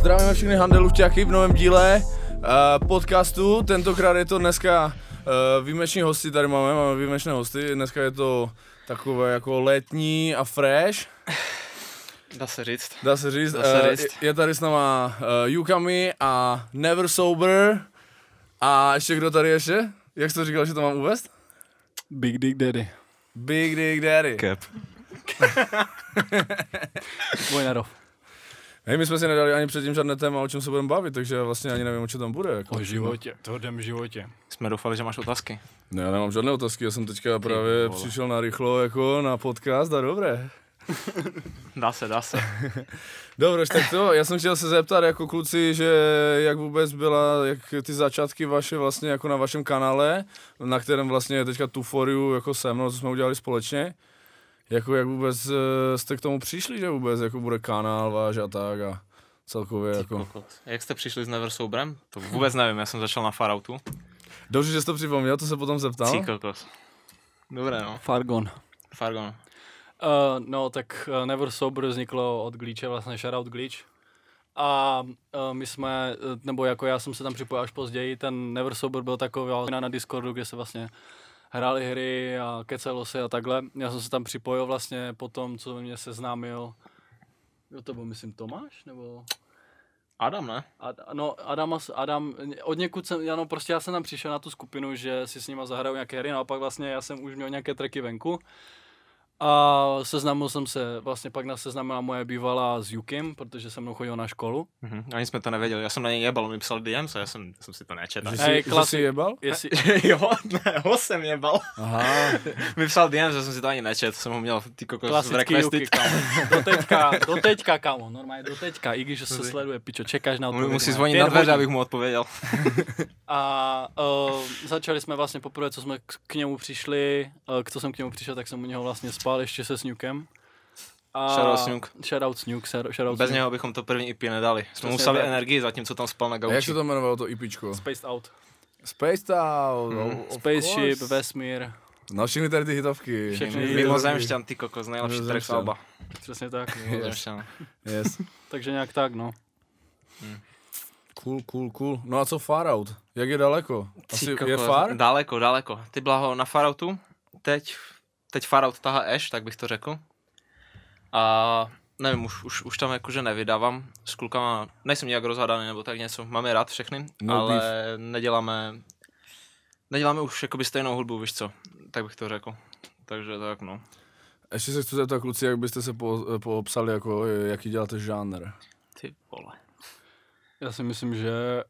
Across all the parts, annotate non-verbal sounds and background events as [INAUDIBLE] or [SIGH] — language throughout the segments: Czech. Zdravíme všechny handelůvťáky v novém díle eh, podcastu. Tentokrát je to dneska eh, výjimeční hosti, tady máme, máme výjimečné hosty. Dneska je to takové jako letní a fresh, Dá se říct. dá se říct. Dá se Eh, říct. je- je tady s náma eh, Yukami a Never Sober. A ještě kdo tady ještě? Jak jsi to říkal, že to mám uvést? Big Dick Daddy. Big Dick Daddy. Cap. Vojnarov. Hej, my jsme si nedali ani předtím žádné téma, o čem se budeme bavit, takže já vlastně ani nevím, o čem tam bude. Jako. O životě, tvrdém životě. Jsme doufali, že máš otázky. Ne, já nemám žádné otázky, já jsem teďka právě vole. přišel na rychlo jako na podcast a dobré. Dá se, dá [LAUGHS] se. Dobře, tak to, já jsem chtěl se zeptat jako kluci, že jak vůbec byla, jak ty začátky vaše vlastně jako na vašem kanále, na kterém vlastně je teďka Tuforiu jako se mnou, co jsme udělali společně, jako jak vůbec eh, jste k tomu přišli, že vůbec jako bude kanál váš a tak a celkově jako. Kokos. Jak jste přišli s Never Soberem? To vůbec nevím, já jsem začal na Farautu. Dobře, že jste to připomněl, to se potom zeptal. Cí kokos. Dobré no. Fargon. Fargon. Uh, no, tak uh, Never Sober vzniklo od Glitche, vlastně shoutout Glitch. A uh, my jsme, eh, nebo jako já jsem se tam připojil až později, ten Never Sober byl taková na, na Discordu, kde se vlastně hráli hry a kecelo se a takhle. Já jsem se tam připojil vlastně po tom, co mě seznámil, jo to byl myslím Tomáš, nebo... Adam, ne? Ad, no, Adam, Adam, od někud jsem, já no, prostě já jsem tam přišel na tu skupinu, že si s nima zahraju nějaké hry, naopak vlastně já jsem už měl nějaké tracky venku. A seznámil jsem se, vlastně pak nás seznámila moje bývalá s Jukim, protože se mnou chodil na školu. Mhm. Ani jsme to nevěděli, já jsem na něj jebal, on mi psal DMs a já jsem, jsem si to nečetl. Že Že jsi, jsi- Ej, že jsi klasik. jebal? [LAUGHS] Jestli, jo, ne, ho jsem jebal. [LAUGHS] Aha, mi psal DMs, já jsem si to ani nečetl, jsem ho měl ty kokos v klasický Juki, requestit. kámo. Do teďka, do teďka, kámo, normálně do teďka, i když se sleduje, pičo, čekáš na On odpověď. musí vole. zvonit Pět na dveře, hodin. abych mu odpověděl. A uh, začali jsme vlastně poprvé, co jsme k, k němu přišli, uh, co jsem k němu přišel, tak jsem u něho vlastně spal ještě se Snukem. A Shoutout Snook. Shoutout Snook, shoutout Snook. Bez něho bychom to první IP nedali. Jsme mu Přesně museli tak. energii, zatímco tam spal na a jak gauči. se to jmenovalo to IPčko? Spaced Out. Space Town, mm. Hmm, Spaceship, vesmír, No všechny tady ty hitovky. Všechny Mimo- Mimozemšťan, ty kokos, nejlepší track z Mimozemšťan. Alba. [LAUGHS] přesně tak. Mimozemšťan. Yes. Takže nějak tak, no. Cool, cool, cool. No a co far out? Jak je daleko? Ty Asi je kokos, far? Daleko, daleko. Ty blaho na Farautu, teď, teď Farout tahá Ash, tak bych to řekl. A nevím, už, už, už tam jakože nevydávám s klukama, nejsem nějak rozhadaný nebo tak něco, mám je rád všechny, No no ale neděláme, neděláme už jakoby stejnou hudbu, víš co, tak bych to řekl. Takže tak no. Ještě se chci zeptat kluci, jak byste se po, poopsali, jako, eh, jaký děláte žánr. Ty vole. Já si myslím, že...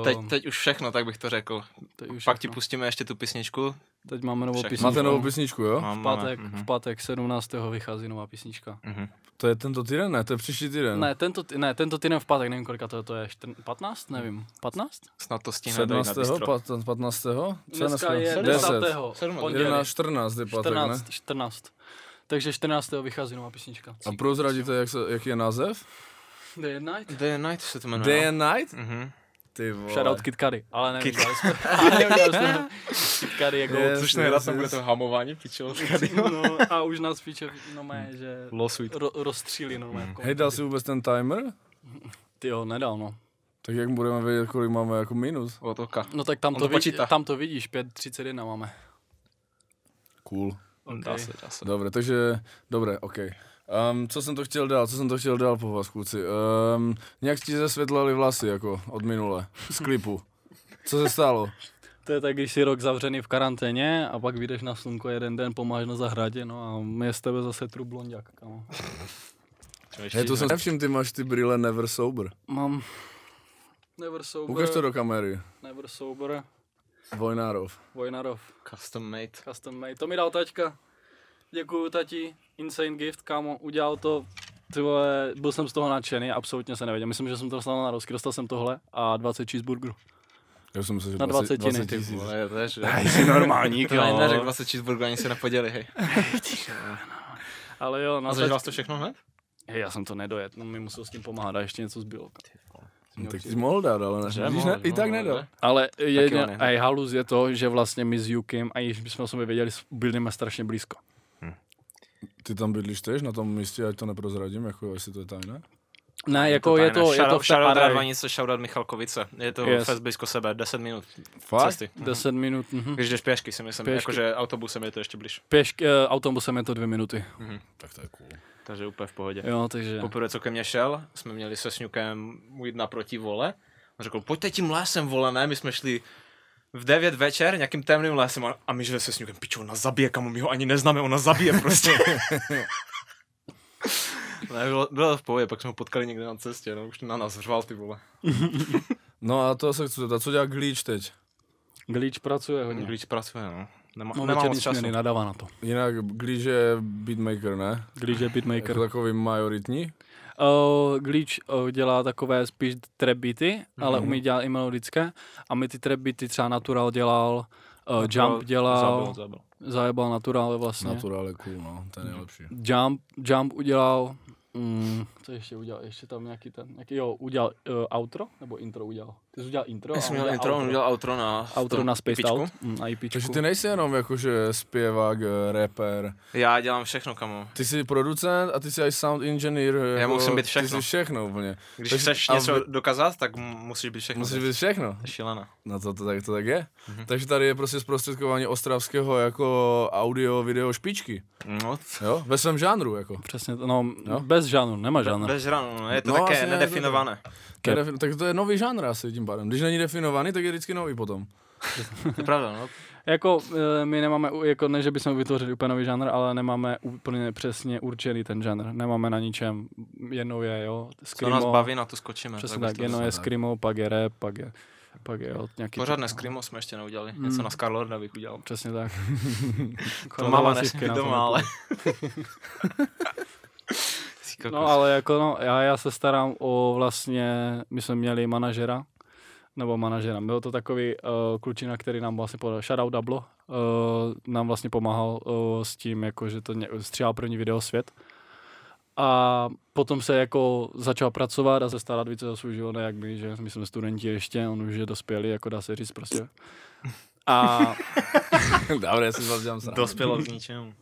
Uh, Teď, teď už všechno, tak bych to řekl. teď už Pak ti všechno. pustíme ještě tu písničku. Teď máme novou Všechno. písničku. Máte novou písničku, jo? Mám, v pátek, máme, v mhm, pátek 17. vychází nová písnička. mhm. To je tento týden, ne? To je příští týden. Ne, tento, ty- ne, tento týden v pátek, nevím kolika to je, to je 14, 15, nevím, 15? Snad to stihne dojít na 17. bistro. pat- 15. Co je Dneska 10. je 10. 17. pondělí. 11, 14. je pátek, ne? 14, 14. Takže 14. vychází nová písnička. A prozradíte, jak se, jaký je název? The Night? Day and Night se to jmenuje. Day and Night? Mhm. Ty vole. Shoutout Kid Cudi, ale nevím, Kid- dělali [LAUGHS] jsme. [LAUGHS] ale neudělali jsme. Kid Cudi je Yes, goat. yes, Což nejda tam bude yes. to hamování, pičelo. [LAUGHS] No, a už nás píče, no mé, že Losuj. ro, rozstřílí no, jako- normálně. Hmm. Hej, dal si vůbec ten timer? Ty jo, nedal, no. Tak jak budeme vědět, kolik máme jako minus? Od oka. No tak tam On to, to počítá. vidí, tam to vidíš, 5.31 máme. Cool. Okay. Dá se, dá se. Dobře, takže, dobré, OK. Um, co jsem to chtěl dál, co jsem to chtěl dál po vás, kluci? Um, nějak ti zesvětlali vlasy, jako, od minule, z klipu. Co se [LAUGHS] stalo? To je tak, když jsi rok zavřený v karanténě a pak vyjdeš na slunko jeden den, pomáháš na zahradě, no a my je z tebe zase true blondiak, kamo. Hej, to jsem nevšim, ty máš ty brýle Never Sober. Mám... Never sober, Ukaž to do kamery. never sober, Vojnárov. Vojnarov. Custom made. Custom made. To mi dal taťka. Děkuju tati. Insane gift, kámo. Udělal to. Ty vole, byl jsem z toho nadšený, absolutně se nevěděl. Myslím, že jsem to dostal na rozky, dostal jsem tohle a 20 cheeseburgerů. Já jsem myslel, že Na 20, 20, 20 ty tisíc. Vole, to je, že... Jsi normální, [LAUGHS] To ani neřekl 20 cheeseburgerů, ani se [LAUGHS] nepoděli, hej. Ale jo, na A zažral jsi to všechno hned? Hej, já jsem to nedojet, no mi musel s tím pomáhat a ještě něco zbylo. No, tak jsi mohl dát, ale ne. Vidíš, No, ne? I tak nedal. no, Ale jo, jedna, ne, a je halus je to, že vlastně my s Jukim, a již bychom o sobě věděli, byli strašně blízko. Ty tam bydlíš tež na tom místě, ať to neprozradím, jako jestli to je tajné. Ne, jako je to, je to v té shoutout Radva areji. něco, shoutout Michalkovice. Je to Yes. yes. fest blízko sebe, 10 minut Fakt? cesty. 10 minut, mhm. Když jdeš pěšky, si myslím, Pěšky. jakože autobusem je to ještě blíž. Pěšk, eh, autobusem je to dvě minuty. Tak to je cool. Takže úplně v pohodě. Jo, takže... Poprvé, co ke mně šel, jsme měli se Sňukem jít naproti vole. On řekl, pojďte tím lesem, vole, ne, my jsme šli v 9 večer nějakým temným lesem a- a my že se Sňukem, pičo, ona zabije, kamu, my ho ani neznáme, ona zabije prostě. [LAUGHS] ne, bylo, bylo to v pohodě, pak jsme ho potkali někde na cestě, no, už na nás řval ty vole. No a to se chci zeptat, co dělá Glíč teď? Glíč pracuje hodně. Glíč pracuje, no. Nemá, No, nemá večerní moc času. směny, nadává na to. Jinak Glíč je beatmaker, ne? Glíč je beatmaker. Jako takový majoritní. Uh, Glitch uh, dělá takové spíš trap beaty, mm-hmm. ale Mhm. umí dělat i melodické. A my ty trap beaty třeba Natural dělal, uh, Jump dělal, Zabil, zabil. zajebal Natural vlastně. Natur- Natural je cool, no, ten je lepší. jump, jump udělal, mm, co ještě udělal, ještě tam nějaký ten, nějaký, jo, udělal uh, outro, nebo intro udělal. Ty jsi udělal intro Já a jsem on měl intro, on udělal outro na... outro tom na Space IPčku. Out mm, a IPčku. Takže ty nejsi jenom jakože zpěvák, eh, rapper, Já dělám všechno, kamo. ty jsi producent a ty jsi i sound engineer. Já musím být Ty jsi všechno. všechno úplně. Když Takže- chceš a něco vy- dokázat, tak mu- musíš být všechno. Musíš být všechno. Šílená. No to, to, tak, to tak je. Mm-hmm. Takže tady je prostě zprostředkování ostravského jako audio, video špičky. No, Jo? Ve svém žánru jako. Přesně, to, no, Jo? no, bez žánru, nemá žánr. Bez ranu, no, je to No, no, také asi ne, nedefinované. To je defin- tak to je nový žánr asi tím pádem. Když není definovaný, tak je vždycky nový potom. To je pravda, no. Jako eh, my nemáme, u- jako ne, že bychom vytvořili úplně nový žánr, ale nemáme úplně přesně určený ten žánr. Nemáme na ničem, jednou je, jo, Co skrimo, nás baví, na to skočíme. přesně bych tak, to jednou je no, přesně tak. skrimo, pak je rap, pak je, pak je jo, nějaký... Pořád neskrimo jsme ještě neudělali. Hmm. Něco na Scarlorda bych udělal. [LAUGHS] Přesně tak. To máma nesmí doma, ale... No ale jako no, já, já se starám o vlastně, my jsme měli manažera, nebo manažera. Byl to takový uh, klučina, který nám vlastně podal, shoutout Dablo, uh, nám vlastně pomáhal uh, s tím, jako, že to ně, stříhal první video svět. A potom se jako začal pracovat a se starat více o svůj život, ne jak my, že my jsme studenti ještě, on už je dospělý, jako dá se říct prostě. A Dobré, já si z vás dělám srandu. Dospělo [LAUGHS] k ničemu.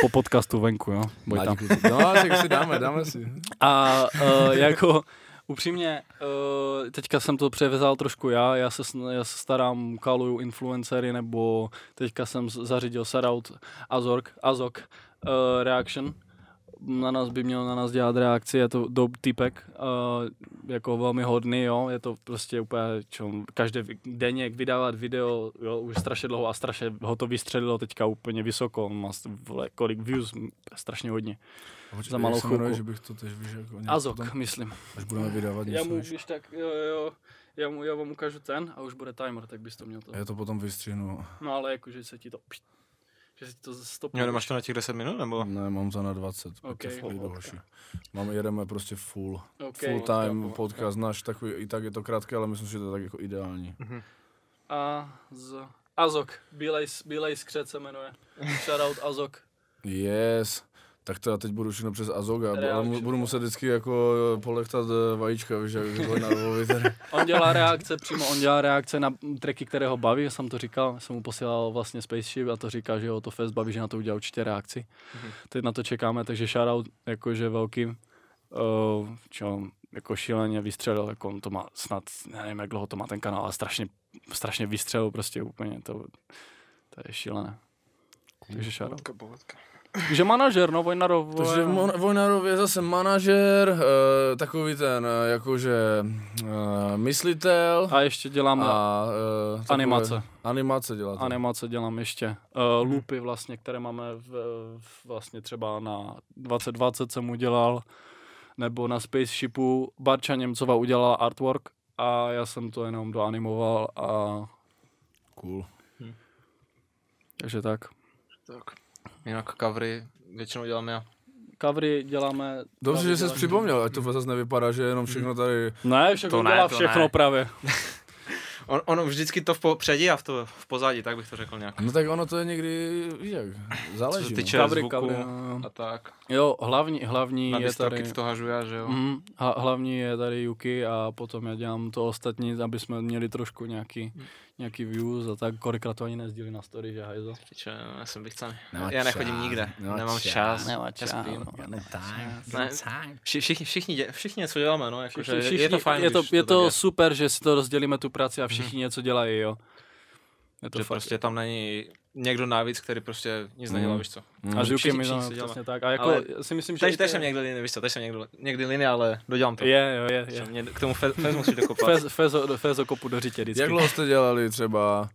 po podcastu venku, jo. Buď tam. Mladíku, No, tak si dáme, dáme si. A uh, jako [LAUGHS] upřímně, uh, teďka jsem to převezal trošku já, já se, sn- já se starám, kaluju influencery, nebo teďka jsem z- zařídil shoutout Azork, Azok uh, Reaction, na nás by měl na nás dělat reakci, je to dope typek, uh, jako velmi hodný, jo, je to prostě úplně, čo, každé vi- denně vydávat video, jo, už strašně dlouho a strašně ho to vystřelilo teďka úplně vysoko, on má st- vole, kolik views, m, strašně hodně. Za malou Jak se jmenuje, chvilku. že bych to tež vyžil. Jako nějak potom, Azok, myslím. Až budeme vydávat Já něco. mu, víš. když tak, jo, jo, jo, já, mu, já vám ukážu ten a už bude timer, tak bys to měl to. Já to potom vystřihnu. No ale jakože se ti to, pšt, že se ti to stopne. Jo, nemáš to na těch 10 minut, Hmm. nebo? Ne, mám za na 20. Ok, Okay, ok. okay. Mám, jedeme prostě full. Ok. full time podcast, náš takový, i tak je to krátké, ale myslím si, že to je tak jako ideální. A z... Azok, Bílej, s- Bílej skřet se jmenuje. Shoutout Azok. Yes. Tak to já teď budu všechno přes Azoga, bu- ale mu- Reálně. budu muset vždycky jako polechtat eh, vajíčka, víš, jak to na dvovi [LAUGHS] tady. On dělá reakce přímo, on dělá reakce na tracky, které ho baví, já jsem to říkal, jsem mu posílal vlastně Spaceship a to říká, že ho to fest baví, že na to udělal určitě reakci. Teď na to čekáme, takže shoutout jakože velký, uh, čo, jako šíleně vystřelil, jako on to má snad, já nevím jak dlouho to má ten kanál, ale strašně, strašně vystřelil prostě úplně, to, to je šílené. Takže shoutout. Že manažer, no Vojnarov, Takže vole, Mon- Vojnarov je zase manažer, eh, takový ten eh, jakože eh, myslitel a ještě dělám a, a eh, takové- animace. Animace dělá. to. Animace dělám ještě. Uh, Mhm. loopy vlastně, které máme v, v, vlastně třeba na 2020 jsem udělal, nebo na Spaceshipu. Barča Němcová udělala artwork a já jsem to jenom doanimoval a Cool. takže tak. Tak. Jinak covery většinou dělám já. Covery děláme... Dobře, že covery jsi děláme- připomněl, ať to zase nevypadá, že Hmm. jenom všechno tady Ne, všechno To ne, dělá to všechno ne. právě. On, on vždycky to v popředí a v, to, v pozadí, tak bych to řekl nějak. No tak ono to je někdy, víš jak, záleží. Co se týče no. Covery, zvuku. covery. no, jo. a tak. Jo, hlavní, hlavní Na je tady... DistroKid to hažu já, že jo. Mm, a hlavní je tady Yuki a potom já dělám to ostatní, aby jsme měli trošku nějaký, Mhm. nějaký views a tak, kolikrát to ani nezdílí na story, že hajzo. Piče, já jsem vychcený. Nemá Já nechodím čas, nikde. nemá Nemám čas. čas. Nemá Já čas, spím. no. No time, Ne. time. Vši- Všichni, všichni, dě- všichni něco děláme, no, jako, že Všichni- je to fajn, je to, když je tak to super, že si to rozdělíme tu práci a všichni něco dělají, jo. Je to že fakt. prostě tam není někdo navíc, který prostě nic Mm. nedělá, víš co. a s Yuki Mhm. všichni- mi to všichni si děláme. přesně tak. A jako Ale já si myslím, že... i Teď, to teď je- jsem někdy liný, víš co, teď jsem někdo, někdy liný, ale dodělám to. Je, jo, je, Že je. Mě k tomu fe, fez musíš [LAUGHS] dokopat. Fez, fezo, fezo kopu do řitě vždycky. Jak dlouho jste dělali třeba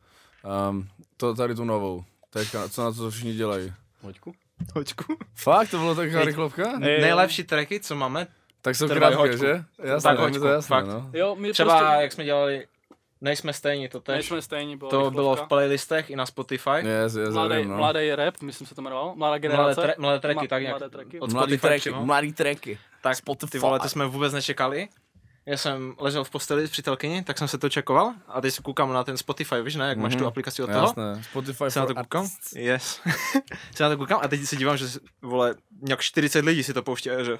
um, to, tady tu novou? Teďka, co na to všichni dělají? Hoďku? Hoďku. Fakt? To bylo taková rychlovka? Ej, jo. Nejlepší tracky, co máme, Tak jsem Trvali krátké, hoďku. že? Jasné, tak, hoďku, to jasné, fakt. no. Jo, my třeba prostě... jak jsme dělali, nejsme stejní, to tež, Nejsme stejní, bylo to bylo v playlistech i na Spotify. Yes, yes, Mladý, vím, no. mladý rap, myslím se to jmenovalo. Mladá Mladé, generace. tra- mladé tracky, Ma- tak nějak. mladé tracky. Od Mladý Spotify tracky, přímo. mladý tracky. Tak Spotify. ty vole, to jsme vůbec nečekali. Já jsem ležel v posteli s přítelkyni, tak jsem se to čekoval a teď se koukám na ten Spotify, víš ne, jak máš Mhm. tu aplikaci od toho. Jasné, Spotify Se na to for koukám? Yes. [LAUGHS] se na to koukám a teď se dívám, že s- vole, nějak 40 lidí si to pouští, a že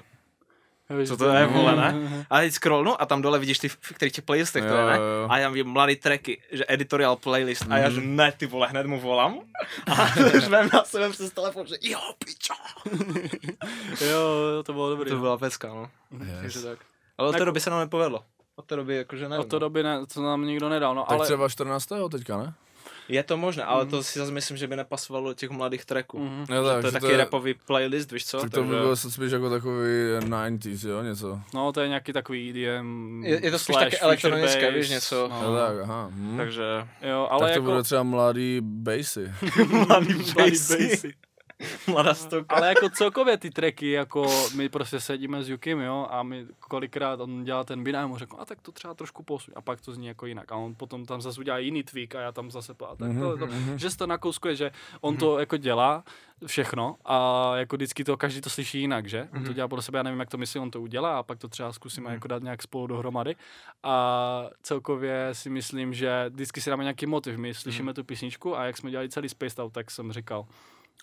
co to je, vole, [LAUGHS] Mhm. ne? A teď scrollnu a tam dole vidíš ty, v kterých těch playlistech to Jo, je, ne? jo, jo. A já vím mladý tracky, že editorial playlist a já, že ne, ty vole, hned mu volám. [LAUGHS] A řvem na sebe přes telefon, že jo, pičo. Jo, jo, to bylo dobrý. To byla pecka, no. Yes. Takže tak. Ale od té Tak- doby se nám nepovedlo. Od té doby jakože ne. Od té doby ne, co nám nikdo nedal, no Tak ale... ale... třeba 14. teďka, ne? Je to možné, ale to si zase myslím, že by nepasovalo do těch mladých tracků. Mhm. Ne, Že to je že taky rapový playlist, víš co? Tak to by takže- bylo spíš jako takový eh, 90s, jo, něco. No, to je nějaký takový EDM... Je- je to spíš slash také future elektronické, bass, víš, něco. No. Jo, tak, aha. Hm. Tak, Takže Jo, ale ale tak to jako... jako... bude třeba mladý bassy. mladý [LAUGHS] Mladý bassy, bassy. mladá stoka. Ale jako celkově ty tracky, jako my prostě sedíme s Jukim, jo, a my kolikrát on dělá ten bin a já mu řekl, a tak to třeba trošku posuň, a pak to zní jako jinak. A on potom tam zase udělá jiný tweak a já tam zase pá, tak to, to, že se to nakouskuje, že on to jako dělá všechno a jako vždycky to, každý to slyší jinak, že? On to dělá podle sebe, já nevím, jak to myslí, on to udělá a pak to třeba zkusíme jako dát nějak spolu dohromady. A celkově si myslím, že vždycky si dáme nějaký motiv. My Mhm. slyšíme tu písničku a jak jsme dělali celý Space Out, tak jsem říkal,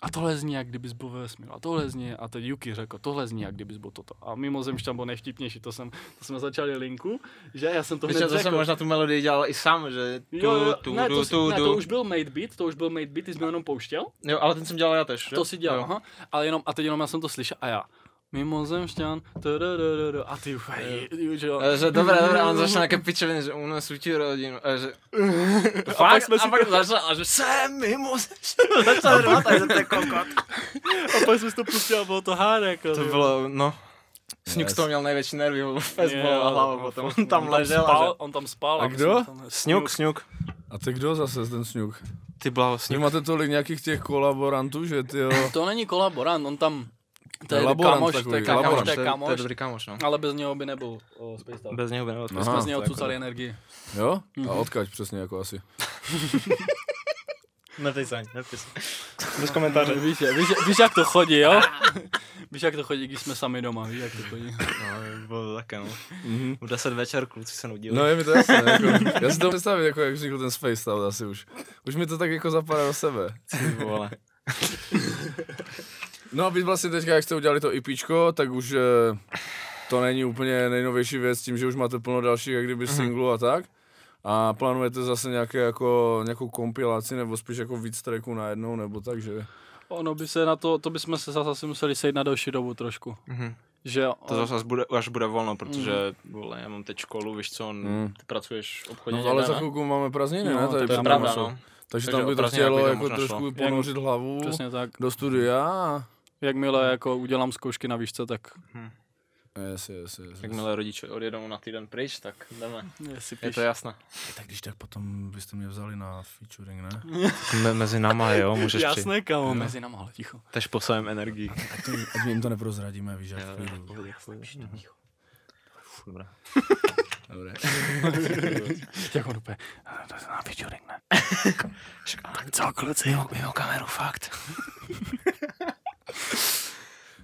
a tohle zní, jak kdybys byl ve vesmíru. A tohle zní, a teď Yuki řekl, tohle zní, jak kdybys byl toto. A mimozemšťan byl nejštipnější, to, jsem, to jsme začali linku, že? Já jsem to Víš, hned to jsem řekl. možná tu melodii dělal i sám, že tu, Jo, jo, tu, ne, to, tu, si, tu, ne, to tu. už byl made beat, to už byl made beat, ty jsi mi jenom pouštěl, Jo, ale ten jsem dělal já tež, že? to si dělal, Jo. aha. ale jenom, a teď jenom já jsem to slyšel a já, mimozemšťan, tadadadada, a ty už, [LAUGHS] že jo. Eh, Že dobré, dobré, a on začne nějaké pičoviny, že u nás utí rodinu, a [LAUGHS] že... To fakt, pak jsme a si- pak začal, a že jsem mimo, [LAUGHS] začal rvat, a že to je kokot. A pak jsem si to pustil a bylo to hádek. To bylo, no. Sňuk Yes. z toho měl největší nervy, byl fest Jo, bolela hlava on potom. fakt- On tam ležel a spal, že... On tam spal. A my kdo? jsme tam- Sňuk, sňuk. A ty kdo zase ten sňuk? Ty blaho, Vy sňuk. máte tolik nějakých těch kolaborantů, že ty jo. To není kolaborant, on tam... To je Laborant kamoš, takový, to je laborant, kamoš, to je to je kamoš, dobrý kamoš, no. ale bez něho by nebyl o, Space Town. Bez něho by nebyl. No. Jsme Aha, z něho tak cucali energii. Jo? A odkaď přesně jako asi. Neptej se ani, neptej se. No, Bez komentáře. Víš, víš, víš, jak to chodí, jo? [LAUGHS] víš, jak to chodí, když jsme sami doma, víš, jak to chodí. No, bylo to také, no. V 10 večer kluci se nudili. No je mi to jasné, [LAUGHS] jako, já si to představím, jako jak vznikl ten Space Out asi už. Už mi to tak jako zapadá do sebe. Ty vole. No a vy vlastně teďka, jak jste udělali to IPčko, tak už eh, to není úplně nejnovější věc tím, že už máte plno dalších jak kdyby singlů a tak. A plánujete zase nějaké jako, nějakou kompilaci nebo spíš jako víc tracků najednou nebo tak, že? Ono by se na to, to bychom se zase asi museli sejít na další dobu trošku. Mhm. Že To on- zase až bude, až bude volno, protože, vole, já mám teď školu, víš co, on, ty pracuješ v obchodě No ale někde, za ne? chvilku máme prázdniny, No, ne? to Tady je To je před pravda, náma jsou. no. Takže Takže tam by to opravdu nějak chtělo by to jako možná šlo. trošku ponořit hlavu Přesně tak. do studia a... Jakmile jako udělám zkoušky na výšce, tak Yes, yes, yes, yes. Jakmile rodiče odjedou na týden pryč, tak jdeme. si Je píš. to jasné. Tak když tak potom byste mě vzali na featuring, ne? Me- mezi náma, jo, můžeš přijít. Jasné, kámo, mezi náma, ale ticho. Tež po svém energii. Ať, to, ať my jim to neprozradíme, víš, jak v klidu. Dobrá. Dobré. Jak on úplně, "Eh, to je na featuring, [LAUGHS] ne? Co, kluci, mimo, mimo kameru, fakt.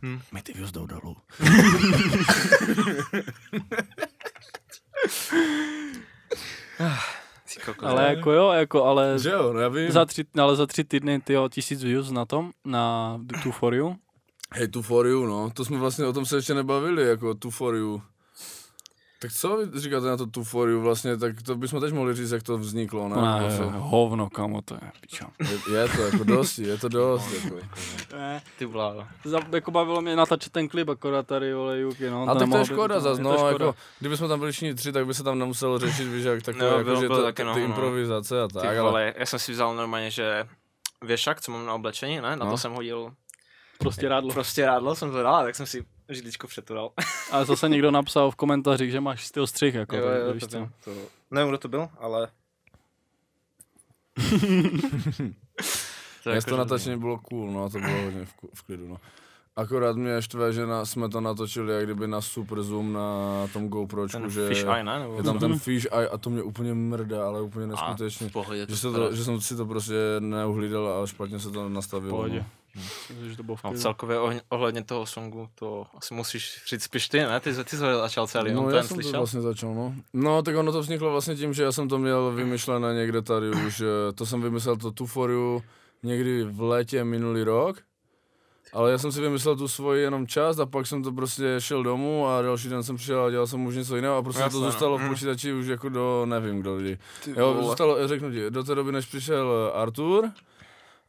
Hm. My ty views jdou dolů. Ale jako jo, jako, ale... [LAUGHS] Že jo, no já vím. Za tři, ale za tři týdny ty tisíc views na tom, na Two For You. Hej, tu for you, no. To jsme vlastně o tom se ještě nebavili, jako tu for you. Tak co vy říkáte na to tu for you vlastně, tak to bychom teď mohli říct, jak to vzniklo, No, ne? Ne, Jako, hovno, kamo, to je, pičo. Je, je, to jako dost, je to No. dost, jako. Ty bláho. Za, jako bavilo mě natáčet ten klip, akorát tady, vole, Juki, no. A tak to mohlo je by- škoda zas, je no, to škoda. jako, kdyby jsme tam byli všichni tři, tak by se tam nemuselo řešit, víš, jak takové, No, jako, bylo- že bylo to, taky ty no, no. improvizace a tak, Ty ale vole, já jsem si vzal normálně, že věšak, co mám na oblečení, ne? Na No. to jsem hodil Prostě rádlo. prostě rádlo, jsem to dal, a tak jsem si [LAUGHS] židličku přetural. Ale zase někdo napsal v komentářích, že máš styl střih, jako, jo, jo, víš to, co. byl- to, nevím, kdo to byl, ale... [LAUGHS] to jako, Dnes to že- natačení bylo cool, no, to bylo hodně v, ku- v klidu, no. Akorát mě štve, že na, jsme to natočili jak kdyby na super zoom na tom GoPročku, Ten že fish eye, ne? Nebo... je tam ten fish eye a to mě úplně mrdá, ale úplně A, neskutečně. v pohodě, Že, se to, že jsem si to prostě neuhlídal a špatně se to nastavilo. Pohodě. No. Myslím, že to bylo v No, klidu. celkově ohn- ohledně toho songu, to asi musíš říct spíš ty, ne? Ty, ty jsi ho začal celý, No, on já ten jsem slyšel. to vlastně začal, no. No, tak ono to vzniklo vlastně tím, že já jsem to měl vymyšlené někde tady už, eh, to jsem vymyslel to Tuforiu někdy v létě minulý rok, ale já jsem si vymyslel tu svoji jenom část a pak jsem to prostě šel domů a další den jsem přišel a dělal jsem už něco jiného a prostě Jasné, to no. zůstalo v Mm. počítači už jako do nevím kdo lidi. Ty vlastně- Jo, vole. zůstalo, řeknu ti, do té doby, než přišel eh, Artur,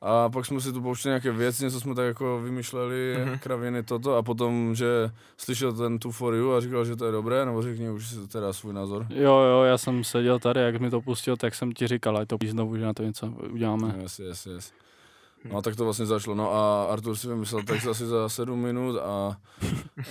a pak jsme si tu pouštěli nějaké věci, něco jsme tak jako vymýšleli, Mhm. mm-hmm. kraviny, toto, a potom, že slyšel ten tu for you a říkal, že to je dobré, nebo řekni už si teda svůj názor. Jo, jo, já jsem seděl tady, jak mi to pustil, tak jsem ti říkal, ať to píš znovu, že na to něco Mhm. uděláme. Yes, yes, yes. No tak to vlastně začalo, no a Artur si vymyslel text asi za sedm [LAUGHS] minut a,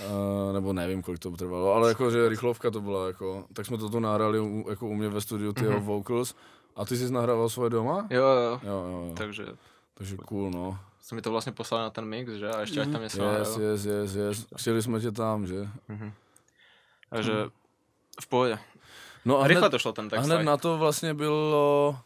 a nebo nevím, kolik to trvalo, ale jako, že rychlovka to byla, jako, tak jsme to tu nahrali u, jako u mě ve studiu, ty mm-hmm. vocals, a ty jsi nahrával svoje doma? Jo, Mhm. jo, Jo, jo, jo. takže takže cool, no. jsem mi to vlastně poslal na ten mix, že? A ještě ať tam něco Yes, jo. yes, yes, yes. Chtěli jsme tě tam, že? Takže v pohodě. No A rychle to šlo ten Hmm. a text. hned tak. na to vlastně bylo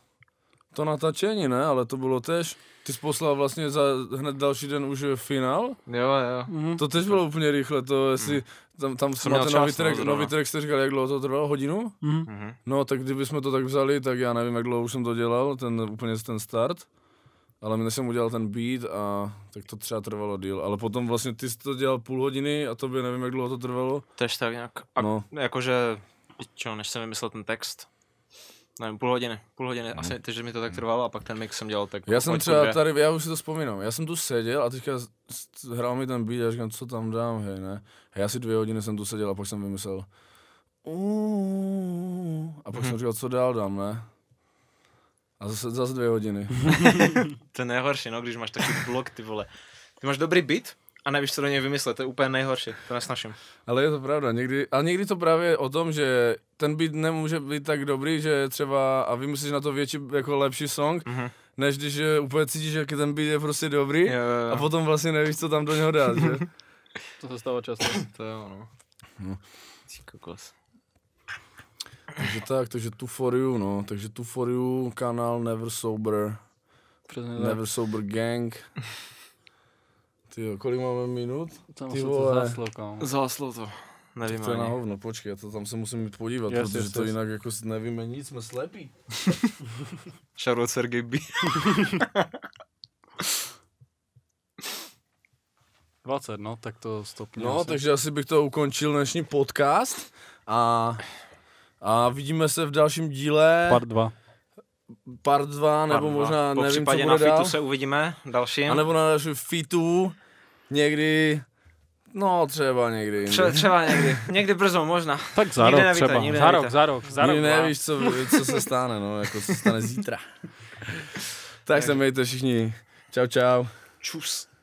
to natačení, ne? Ale to bylo tež, ty jsi poslal vlastně za hned další den už finál. Jo, jo. To tež bylo úplně rychle, to jestli tam, tam Hmm. Jsem na měl ten čas, nový no, track, zrovna. nový track jste říkal, jak dlouho to trvalo, hodinu? Mhm. No, tak kdybychom to tak vzali, tak já nevím, jak dlouho už jsem to dělal, ten úplně ten start. Ale než jsem udělal ten beat a tak to třeba trvalo díl, ale potom vlastně ty jsi to dělal půl hodiny a tobě nevím, jak dlouho to trvalo. Tež tak nějak. A No. jakože, čo, než jsem vymyslel ten text, nevím, půl hodiny, půl hodiny, asi, takže mi to tak trvalo a pak ten mix jsem dělal tak Hmm. Já jsem hoďku třeba dvě. tady, já už si to vzpomínám, já jsem tu seděl a teďka s- s- hrál mi ten beat a říkám, co tam dám, hej, ne. A já si dvě hodiny jsem tu seděl a pak jsem vymyslel, "Uuu." a pak jsem říkal, co dál dám, ne. A zase, zase dvě hodiny. To je nejhorší, no, když máš taky [LAUGHS] blok, ty vole. Ty máš dobrý beat a nevíš, co do něj vymyslet, to je úplně nejhorší, to nesnaším. Ale je to pravda, někdy, a někdy to právě je o tom, že ten beat nemůže být tak dobrý, že třeba, a vymyslíš na to větší, jako lepší song, mm-hmm. než když eh, úplně cítíš, že ten beat je prostě dobrý, Jo, jo, jo. a potom vlastně nevíš, co tam do něho dát, že? To se stalo často. To jo, no. Ty kokos. Takže tak, takže tu for you, no. Takže tu for you, kanál Never Sober, Přesně No. tak. Never Sober Gang. Ty kolik máme minut? Tam Ty se to vole. zaslo, kámo. Záslo to. Nevím To je na ani. hovno, počkej, já to tam se musím jít podívat, Yes, yes, protože yes, yes, to yes. jinak jako si nevíme nic, jsme slepí. Shoutout Sergej B. 20, no, tak to stopně. No, asi. takže asi bych to ukončil dnešní podcast a, a vidíme se v dalším díle, Part 2. part 2, nebo možná, po nevím, co případě bude na dál. fitu se uvidíme dalším. A nebo na dalším fitu, někdy, no třeba někdy. jindy. Tře- třeba někdy. Někdy brzo, možná. Tak za Nikdy rok nevíte, třeba. nikdy Za nevíte. rok, za rok, za rok. Nikdy dva. nevíš, co, co se stane, no, jako [LAUGHS] co se stane zítra. tak se mějte všichni. Čau, čau. Čus.